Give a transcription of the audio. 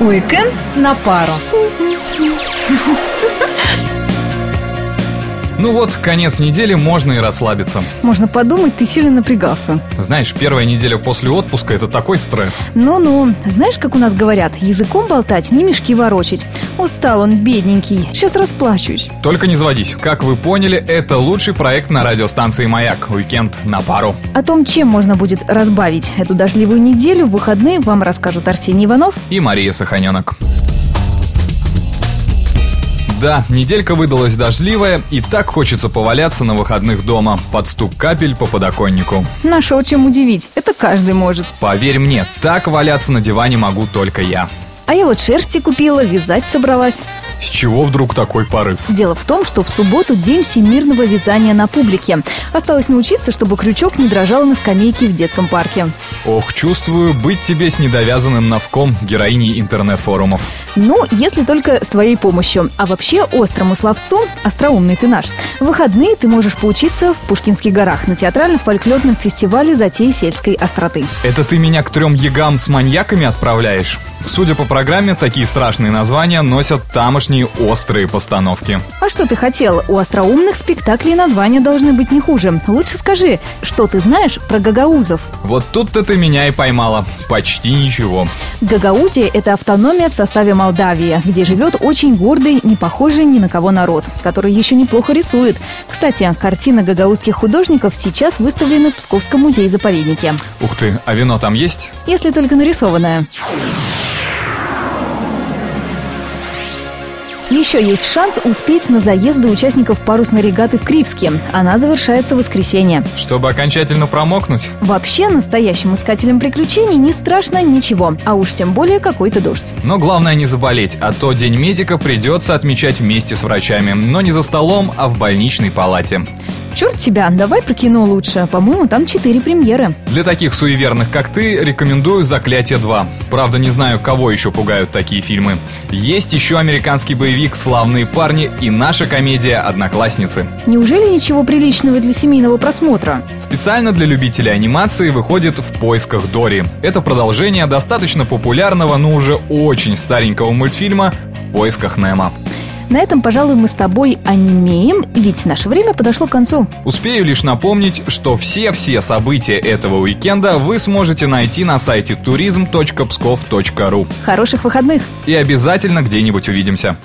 Уикенд на пару. Ну вот, конец недели, можно и расслабиться. Можно подумать, ты сильно напрягался. Знаешь, первая неделя после отпуска – это такой стресс. Ну-ну, знаешь, как у нас говорят, языком болтать, не мешки ворочить. Устал он, бедненький, сейчас расплачусь. Только не заводись. Как вы поняли, это лучший проект на радиостанции «Маяк». Уикенд на пару. О том, чем можно будет разбавить эту дождливую неделю, в выходные вам расскажут Арсений Иванов. И Мария Саханенок. Да, неделька выдалась дождливая, и так хочется поваляться на выходных дома под стук капель по подоконнику. Нашел чем удивить, это каждый может. Поверь мне, так валяться на диване могу только я. А я вот шерсти купила, вязать собралась. С чего вдруг такой порыв? Дело в том, что в субботу день всемирного вязания на публике. Осталось научиться, чтобы крючок не дрожал на скамейке в детском парке. Ох, чувствую, быть тебе с недовязанным носком героиней интернет-форумов. Ну, если только с твоей помощью. А вообще, острому словцу, остроумный ты наш, в выходные ты можешь поучиться в Пушкинских горах на театрально-фольклорном фестивале «Затеи сельской остроты». Это ты меня к трем ягам с маньяками отправляешь? Судя по программе, такие страшные названия носят тамошние острые постановки. А что ты хотел? У остроумных спектаклей названия должны быть не хуже. Лучше скажи, что ты знаешь про гагаузов? Вот тут-то ты меня и поймала. Почти ничего. Гагаузия – это автономия в составе Молдавии, где живет очень гордый, не похожий ни на кого народ, который еще неплохо рисует. Кстати, картины гагаузских художников сейчас выставлены в Псковском музее-заповеднике. Ух ты, а вино там есть? Если только нарисованное. Еще есть шанс успеть на заезды участников парусной регаты в Кривске. Она завершается в воскресенье. Чтобы окончательно промокнуть? Вообще, настоящим искателям приключений не страшно ничего, а уж тем более какой-то дождь. Но главное не заболеть, а то День медика придется отмечать вместе с врачами. Но не за столом, а в больничной палате. Черт тебя, давай про кино лучше. По-моему, там четыре премьеры. Для таких суеверных, как ты, рекомендую «Заклятие 2». Правда, не знаю, кого еще пугают такие фильмы. Есть еще американский боевик «Славные парни» и наша комедия «Одноклассницы». Неужели ничего приличного для семейного просмотра? Специально для любителей анимации выходит «В поисках Дори». Это продолжение достаточно популярного, но уже очень старенького мультфильма «В поисках Немо». На этом, пожалуй, мы с тобой анимеем, ведь наше время подошло к концу. Успею лишь напомнить, что все-все события этого уикенда вы сможете найти на сайте turism.pskov.ru Хороших выходных! и обязательно где-нибудь увидимся.